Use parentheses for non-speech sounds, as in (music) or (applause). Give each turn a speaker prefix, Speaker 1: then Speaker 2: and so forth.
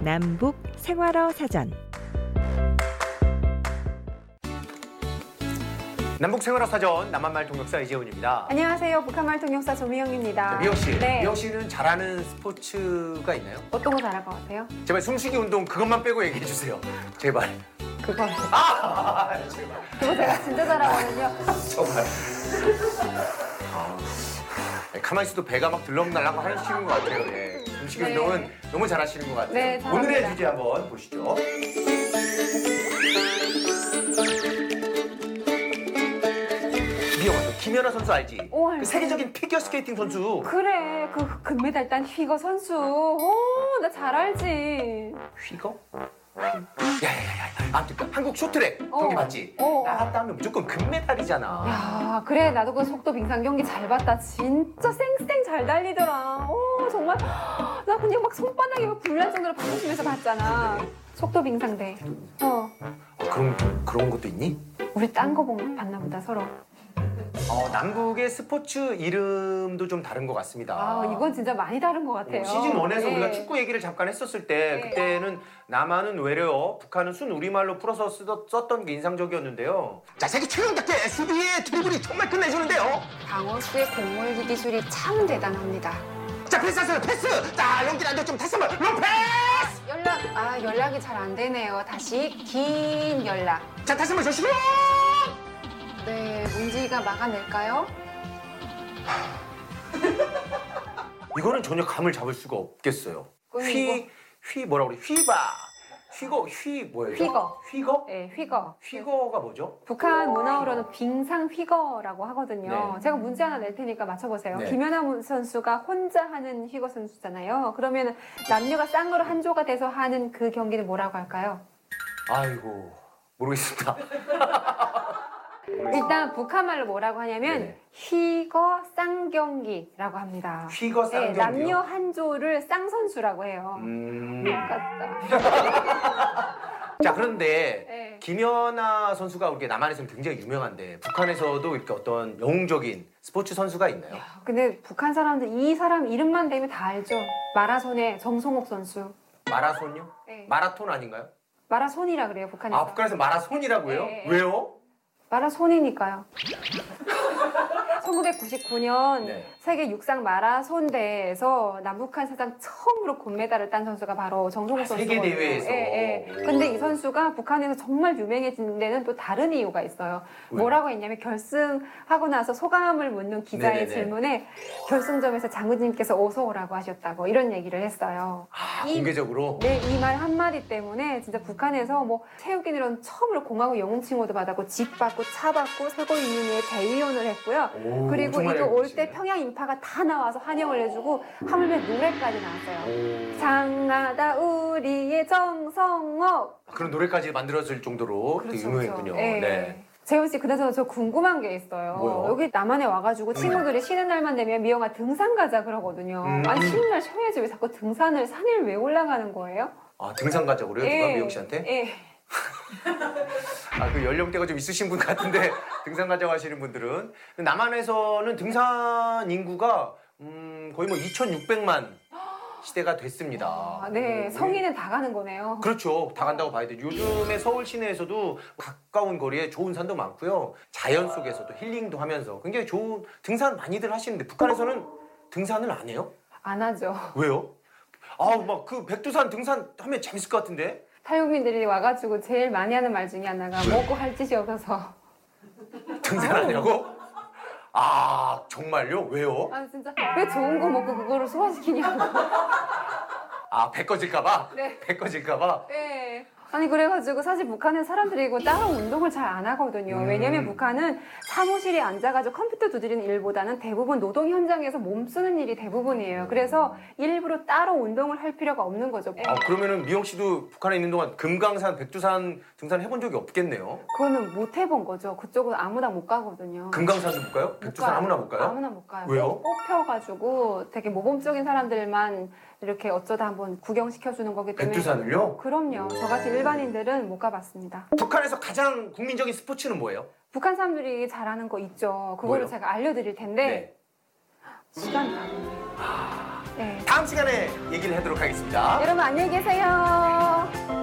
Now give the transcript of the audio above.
Speaker 1: 남북 생활어 사전
Speaker 2: 남북 생활화 사전 남한말 동역사 이재훈입니다.
Speaker 3: 안녕하세요. 북한말 통역사 조미영입니다.
Speaker 2: 자, 미영 씨,
Speaker 3: 네.
Speaker 2: 미영 씨는 잘하는 스포츠가 있나요?
Speaker 3: 어떤 거 잘할 것 같아요?
Speaker 2: 제발 숨쉬기 운동 그것만 빼고 얘기해 주세요. 제발.
Speaker 3: 그거.
Speaker 2: 아, 제발.
Speaker 3: 그거 제가 진짜 잘하거든요.
Speaker 2: 정말. 아, 가만히 있어도 배가 막 들렁날랑 하시는 것 같아요. 예. 숨쉬기
Speaker 3: 네.
Speaker 2: 운동은 너무 잘하시는 것 같아요.
Speaker 3: 네, 잘합니다.
Speaker 2: 오늘의 주제 한번 보시죠. 미영아, 너 김연아 선수 알지?
Speaker 3: 오, 어, 알죠.
Speaker 2: 그 세계적인 피겨 스케이팅 선수.
Speaker 3: 그래. 그 금메달 딴 휘거 선수. 오, 나 잘 알지.
Speaker 2: 휘거? 야야야야 아무튼 그 한국 쇼트랙
Speaker 3: 어.
Speaker 2: 경기 봤지?
Speaker 3: 어.
Speaker 2: 나갔다 하면 무조건 금메달이잖아
Speaker 3: 야, 그래. 나도 그 속도 빙상 경기 잘 봤다. 진짜 쌩쌩 잘 달리더라. 오, 정말. 나 그냥 막 손바닥이 막 불날 정도로 방심해서 봤잖아. 속도 빙상대. 어.
Speaker 2: 어, 그런, 그런 것도 있니?
Speaker 3: 우리 딴 거 봤나 보다, 서로.
Speaker 2: 어, 남북의 스포츠 이름도 좀 다른 것 같습니다 뭐
Speaker 3: 아, 이건 진짜 많이 다른 것 같아요.
Speaker 2: 시즌 1에서 우리가
Speaker 3: 네.
Speaker 2: 축구 얘기를 잠깐 했었을 때
Speaker 3: 네.
Speaker 2: 그때는 남한은 외래어, 북한은 순 우리말로 풀어서 쓰던, 썼던 게 인상적이었는데요. 자 세계 최강답게 수비의 드리블이 정말 끝내주는데요.
Speaker 3: 강호 수의 공물기 기술이 참 대단합니다.
Speaker 2: 자 패스하세요 패스. 자 연기 안돼좀 다시 한번 롱 패스.
Speaker 3: 연락 아 연락이 잘 안 되네요. 다시 긴 연락.
Speaker 2: 자 다시 한번 조심.
Speaker 3: 네, 문지가 막아낼까요?
Speaker 2: 이거는 전혀 감을 잡을 수가 없겠어요.
Speaker 3: 그럼
Speaker 2: 휘,
Speaker 3: 이거-
Speaker 2: 휘 뭐라 그래? 휘바. 휘거, 휘 뭐예요? 이거?
Speaker 3: 휘거.
Speaker 2: 휘거?
Speaker 3: 네, 휘거.
Speaker 2: 휘거가 뭐죠?
Speaker 3: 북한 문화어로는 빙상 휘거라고 하거든요. 제가 문제 하나 낼 테니까 맞춰보세요.
Speaker 2: 네.
Speaker 3: 김연아 선수가 혼자 하는 휘거 선수잖아요. 그러면 남녀가 쌍으로 한 조가 돼서 하는 그 경기는 뭐라고 할까요?
Speaker 2: 아이고 모르겠습니다.
Speaker 3: 일단 북한 말로 뭐라고 하냐면
Speaker 2: 네.
Speaker 3: 휘거 쌍경기라고 합니다.
Speaker 2: 휘거
Speaker 3: 네,
Speaker 2: 쌍경이요.
Speaker 3: 남녀 한 조를 쌍선수라고 해요.
Speaker 2: 음.
Speaker 3: 똑같다.
Speaker 2: (laughs) 자 그런데
Speaker 3: 네.
Speaker 2: 김연아 선수가 우리 남한에서는 굉장히 유명한데 북한에서도 이렇게 어떤 영웅적인 스포츠 선수가 있나요?
Speaker 3: 근데 북한 사람들 이 사람 이름만 되면 다 알죠. 마라손의 정성옥 선수.
Speaker 2: 마라손요?
Speaker 3: 네.
Speaker 2: 마라톤 아닌가요?
Speaker 3: 마라손이라 그래요 북한에서.
Speaker 2: 아 북한에서 마라손이라고요?
Speaker 3: 네.
Speaker 2: 왜요?
Speaker 3: 마라손이니까요. (laughs) 1999년
Speaker 2: 네.
Speaker 3: 세계 육상 마라손대회에서 남북한 사상 처음으로 금메달을 딴 선수가 바로 정성욱
Speaker 2: 아,
Speaker 3: 선수거든요.
Speaker 2: 세계 대회에서.
Speaker 3: 예, 예.
Speaker 2: 오.
Speaker 3: 근데 이 선수가 북한에서 정말 유명해진 데는 또 다른 이유가 있어요.
Speaker 2: 왜요?
Speaker 3: 뭐라고 했냐면 결승하고 나서 소감을 묻는 기자의
Speaker 2: 네네네.
Speaker 3: 질문에 결승점에서 장군님께서 어서 오라고 하셨다고 이런 얘기를 했어요.
Speaker 2: 아
Speaker 3: 이-
Speaker 2: 공개적으로
Speaker 3: 네, 이 말 한마디 때문에 진짜 북한에서 뭐 체육인으로는 처음으로 공화국 영웅 칭호도 받았고 집 받고 차 받고 살고 있는 이에 대의원을 했고요.
Speaker 2: 오,
Speaker 3: 그리고
Speaker 2: 정말
Speaker 3: 이거 올 때
Speaker 2: 열심히.
Speaker 3: 평양 인파가 다 나와서 환영을 해주고 하물며 노래까지 나왔어요.
Speaker 2: 오.
Speaker 3: 장하다 우리의 정성옥.
Speaker 2: 아, 그런 노래까지 만들어질 정도로 되게 유명했군요.
Speaker 3: 예.
Speaker 2: 네.
Speaker 3: 재훈 씨, 그나저나 저 궁금한 게 있어요.
Speaker 2: 뭐요?
Speaker 3: 여기 남한에 와가지고 친구들이 쉬는 날만 되면 미영아 등산 가자 그러거든요.
Speaker 2: 음.
Speaker 3: 아니 쉬는 날 쉬어야지 왜 자꾸 등산을 산을 왜 올라가는 거예요?
Speaker 2: 아 등산 가자고 그래요? 누가 미영 씨한테?
Speaker 3: 예.
Speaker 2: 아 그 연령대가 좀 있으신 분 같은데 (laughs) 등산 가자고 하시는 분들은 남한에서는 등산 인구가 음, 거의 뭐 2,600만 시대가 됐습니다.
Speaker 3: 아, 네,
Speaker 2: 음,
Speaker 3: 성인은 다 가는 거네요.
Speaker 2: 그렇죠. 다 간다고 봐야 되죠. 요즘에 서울 시내에서도 가까운 거리에 좋은 산도 많고요. 자연 속에서도 힐링도 하면서 굉장히 좋은 등산 많이들 하시는데 북한에서는 등산을 안 해요?
Speaker 3: 안 하죠.
Speaker 2: 왜요? 아우 막 그 백두산 등산 하면 재밌을 것 같은데.
Speaker 3: 탈북민들이 와가지고 제일 많이 하는 말 중에 하나가 먹고 할 짓이 없어서.
Speaker 2: 등산 아니라고? 아 정말요? 왜요?
Speaker 3: 아 진짜 왜 좋은 거 먹고 그거를 소화시키냐고.
Speaker 2: 아 배 꺼질까봐?
Speaker 3: 네.
Speaker 2: 배 꺼질까봐?
Speaker 3: 네. 아니 그래가지고 사실 북한은 사람들이 이거 따로 운동을 잘 안 하거든요.
Speaker 2: 음.
Speaker 3: 왜냐면 북한은 사무실에 앉아가지고 컴퓨터 두드리는 일보다는 대부분 노동 현장에서 몸 쓰는 일이 대부분이에요. 그래서 일부러 따로 운동을 할 필요가 없는 거죠.
Speaker 2: 아 그러면은 미영 씨도 북한에 있는 동안 금강산, 백두산 등산 해본 적이 없겠네요.
Speaker 3: 그거는 못 해본 거죠. 그쪽은 아무나 못 가거든요.
Speaker 2: 금강산도 못 가요? 백두산
Speaker 3: 가요.
Speaker 2: 그 아무나 못 가요?
Speaker 3: 아무나 못 가요.
Speaker 2: 왜요?
Speaker 3: 뽑혀가지고 되게 모범적인 사람들만 이렇게 어쩌다 한번 구경시켜주는 거기 때문에.
Speaker 2: 백두산을요?
Speaker 3: 그럼요. 저 같은 일반인들은 못 가봤습니다.
Speaker 2: 북한에서 가장 국민적인 스포츠는 뭐예요?
Speaker 3: 북한 사람들이 잘하는 거 있죠.
Speaker 2: 뭐요?
Speaker 3: 그거를
Speaker 2: 아.
Speaker 3: 제가 알려드릴 텐데 시간이 다 됐네요. 네.
Speaker 2: 다음 시간에 얘기를 하도록 하겠습니다.
Speaker 3: 여러분 안녕히 계세요.